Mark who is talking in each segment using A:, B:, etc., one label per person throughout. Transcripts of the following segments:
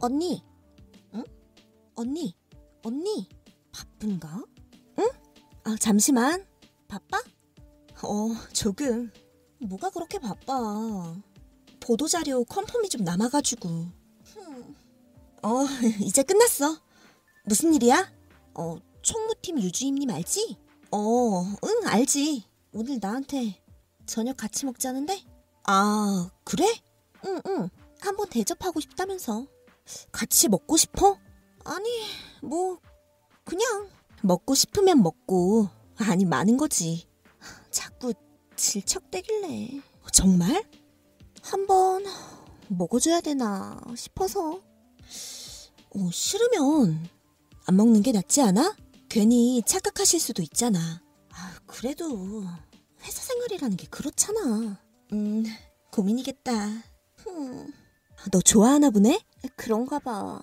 A: 언니. 응? 언니. 언니. 바쁜가? 응? 아, 잠시만. 바빠? 어, 조금. 뭐가 그렇게 바빠. 보도자료 컴펌이 좀 남아가지고. 흠. 어, 이제 끝났어. 무슨 일이야? 어, 총무팀 유주임님 알지? 어, 응, 알지. 오늘 나한테 저녁 같이 먹자는데? 아, 그래? 응, 응. 한번 대접하고 싶다면서. 같이 먹고 싶어? 아니, 뭐, 그냥. 먹고 싶으면 먹고. 아니, 많은 거지. 자꾸 질척대길래. 정말? 한번 먹어줘야 되나 싶어서. 오, 싫으면 안 먹는 게 낫지 않아? 괜히 착각하실 수도 있잖아. 아, 그래도 회사 생활이라는 게 그렇잖아. 음, 고민이겠다. 흠. 너 좋아하나 보네? 그런가 봐.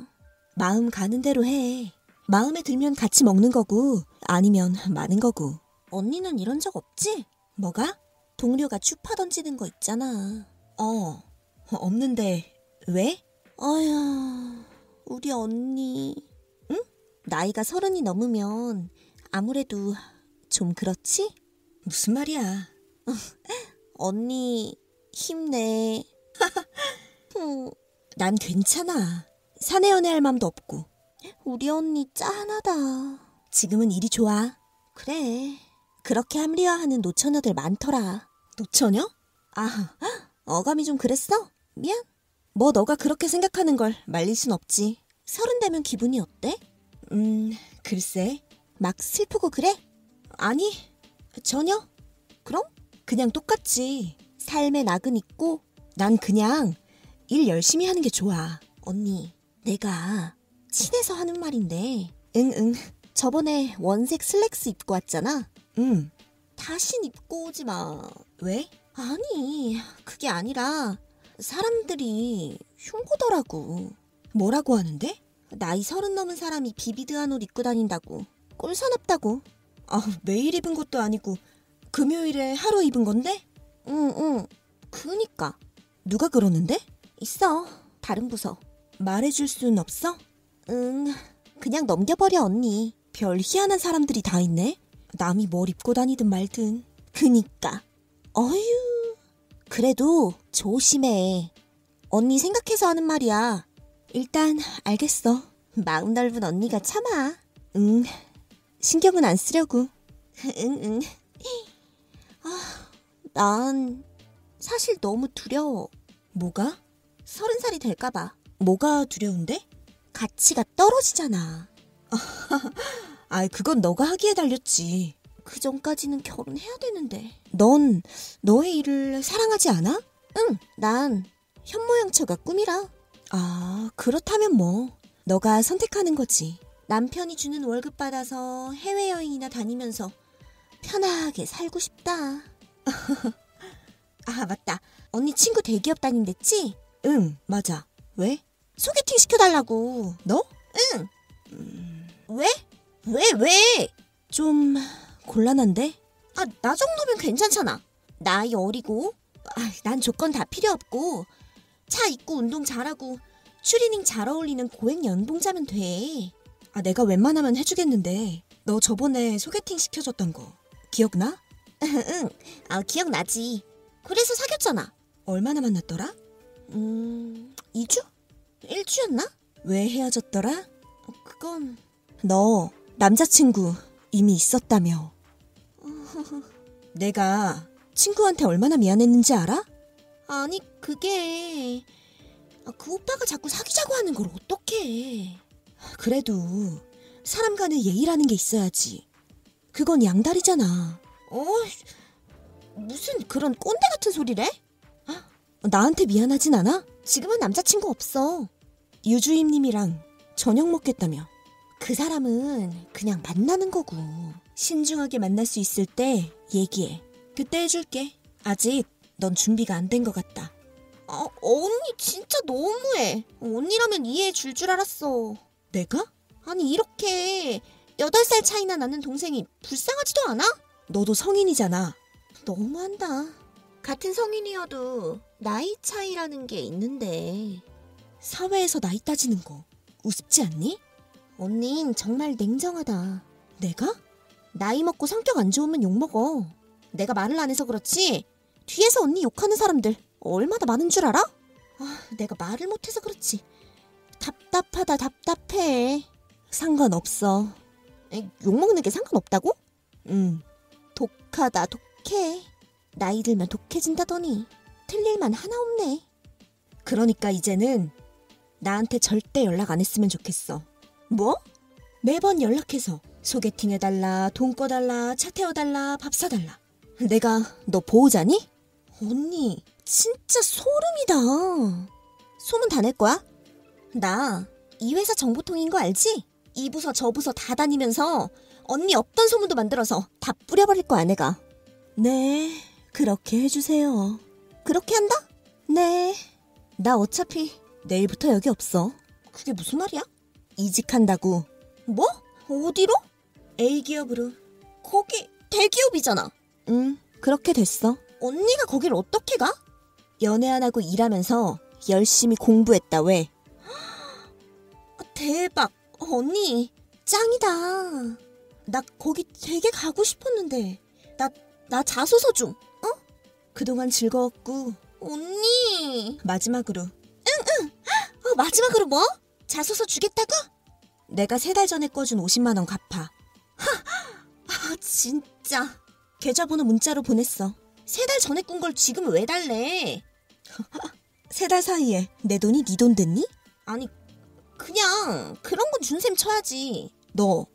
A: 마음 가는 대로 해. 마음에 들면 같이 먹는 거고, 아니면 많은 거고. 언니는 이런 적 없지? 뭐가? 동료가 추파 던지는 거 있잖아. 어, 없는데, 왜? 아휴, 우리 언니. 응? 나이가 서른이 넘으면 아무래도 좀 그렇지? 무슨 말이야. 언니, 힘내. 흠, 뭐, 난 괜찮아. 사내 연애할 맘도 없고. 우리 언니 짠하다. 지금은 일이 좋아. 그래. 그렇게 합리화하는 노처녀들 많더라. 노처녀? 아, 어감이 좀 그랬어? 미안. 뭐 너가 그렇게 생각하는 걸 말릴 순 없지. 서른 되면 기분이 어때? 음, 글쎄. 막 슬프고 그래? 아니, 전혀. 그럼? 그냥 똑같지. 삶의 낙은 있고, 난 그냥 일 열심히 하는 게 좋아. 언니, 내가 친해서 하는 말인데. 응, 응. 저번에 원색 슬랙스 입고 왔잖아. 응. 다신 입고 오지 마. 왜? 아니, 그게 아니라 사람들이 흉보더라고. 뭐라고 하는데? 나이 서른 넘은 사람이 비비드한 옷 입고 다닌다고. 꼴사납다고. 아, 매일 입은 것도 아니고 금요일에 하루 입은 건데? 응, 응. 그니까. 누가 그러는데? 있어. 다른 부서. 말해줄 순 없어? 응. 그냥 넘겨버려, 언니. 별 희한한 사람들이 다 있네. 남이 뭘 입고 다니든 말든. 그니까. 어휴. 그래도 조심해. 언니 생각해서 하는 말이야. 일단 알겠어. 마음 넓은 언니가 참아. 응. 신경은 안 쓰려고. 응, 응. 아, 난 사실 너무 두려워. 뭐가? 서른 살이 될까봐. 뭐가 두려운데? 가치가 떨어지잖아. 아, 그건 너가 하기에 달렸지. 그 전까지는 결혼해야 되는데. 넌 너의 일을 사랑하지 않아? 응, 난 현모양처가 꿈이라. 아, 그렇다면 뭐. 너가 선택하는 거지. 남편이 주는 월급 받아서 해외여행이나 다니면서 편하게 살고 싶다. 아, 맞다. 언니 친구 대기업 다닌댔지? 응, 맞아. 왜? 소개팅 시켜달라고. 너? 응. 음, 왜? 왜, 왜? 좀 곤란한데? 아, 나 정도면 괜찮잖아. 나이 어리고, 아, 난 조건 다 필요 없고, 차 입고 운동 잘하고, 추리닝 잘 어울리는 고액 연봉자면 돼. 아, 내가 웬만하면 해주겠는데, 너 저번에 소개팅 시켜줬던 거 기억나? 응, 아, 기억나지. 그래서 사귀었잖아. 얼마나 만났더라? 음, 2주? 1주였나? 왜 헤어졌더라? 그건 너 남자친구 이미 있었다며. 내가 친구한테 얼마나 미안했는지 알아? 아니 그게 아, 그 오빠가 자꾸 사귀자고 하는 걸 어떡해. 그래도 사람 간의 예의라는 게 있어야지. 그건 양다리잖아. 어, 무슨 그런 꼰대 같은 소리래? 아, 나한테 미안하진 않아? 지금은 남자친구 없어. 유주임님이랑 저녁 먹겠다며. 그 사람은 그냥 만나는 거고. 신중하게 만날 수 있을 때 얘기해. 그때 해줄게. 아직 넌 준비가 안 된 것 같다. 아, 언니 진짜 너무해. 언니라면 이해해 줄 줄 알았어. 내가? 아니 이렇게 8살 차이나 나는 동생이 불쌍하지도 않아? 너도 성인이잖아. 너무한다. 같은 성인이어도 나이 차이라는 게 있는데 사회에서 나이 따지는 거 우습지 않니? 언닌 정말 냉정하다. 내가? 나이 먹고 성격 안 좋으면 욕먹어. 내가 말을 안 해서 그렇지. 뒤에서 언니 욕하는 사람들 얼마나 많은 줄 알아? 아, 내가 말을 못해서 그렇지. 답답하다, 답답해. 상관없어. 욕먹는 게 상관없다고? 응. 독하다, 독해. 나이 들면 독해진다더니 틀릴 만 하나 없네. 그러니까 이제는 나한테 절대 연락 안 했으면 좋겠어. 뭐? 매번 연락해서 소개팅 해달라, 돈 꺼달라, 차 태워달라, 밥 사달라. 내가 너 보호자니? 언니, 진짜 소름이다. 소문 다 낼 거야? 나, 이 회사 정보통인 거 알지? 이 부서 저 부서 다 다니면서 언니 없던 소문도 만들어서 다 뿌려버릴 거야, 내가. 네, 그렇게 해주세요. 그렇게 한다? 네. 나 어차피 내일부터 여기 없어. 그게 무슨 말이야? 이직한다고. 뭐? 어디로? A 기업으로. 거기 대기업이잖아. 응, 그렇게 됐어. 언니가 거길 어떻게 가? 연애 안 하고 일하면서 열심히 공부했다 왜? 대박. 언니, 짱이다. 나 거기 되게 가고 싶었는데. 나, 나 자소서 좀. 어? 그동안 즐거웠고. 언니. 마지막으로. 응, 응. 어, 마지막으로 뭐? 자소서 주겠다고? 내가 세 달 전에 꺼준 50만원 갚아. 하, 아, 진짜. 계좌번호 문자로 보냈어. 세 달 전에 꾼 걸 지금 왜 달래? 세 달 사이에 내 돈이 네 돈 됐니? 아니, 그냥 그런 건 준셈 쳐야지. 너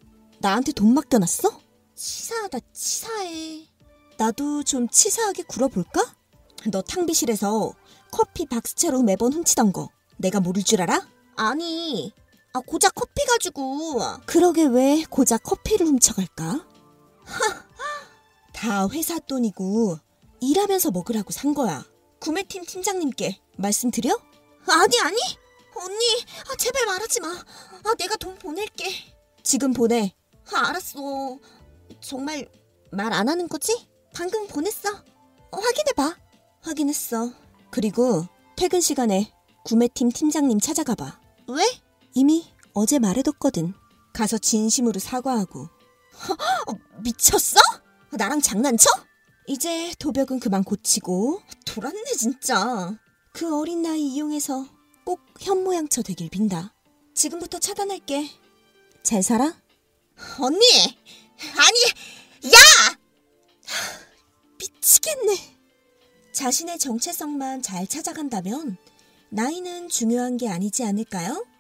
A: 나한테 돈 맡겨놨어? 치사하다 치사해. 나도 좀 치사하게 굴어볼까? 너 탕비실에서 커피 박스채로 매번 훔치던 거 내가 모를 줄 알아? 아니 아 고작 커피 가지고 그러게 왜 고작 커피를 훔쳐갈까? 다 회사 돈이고 일하면서 먹으라고 산 거야 구매팀 팀장님께 말씀드려? 아니 아니 언니, 아, 제발 말하지 마. 아, 내가 돈 보낼게. 지금 보내. 아, 알았어. 정말 말 안 하는 거지? 방금 보냈어. 어, 확인해봐. 확인했어. 그리고 퇴근 시간에 구매팀 팀장님 찾아가봐. 왜? 이미 어제 말해뒀거든. 가서 진심으로 사과하고. 미쳤어? 나랑 장난쳐? 이제 도벽은 그만 고치고. 돌았네, 진짜. 그 어린 나이 이용해서 꼭 현모양처 되길 빈다. 지금부터 차단할게. 잘 살아? 언니! 아니! 야! 미치겠네. 자신의 정체성만 잘 찾아간다면 나이는 중요한 게 아니지 않을까요?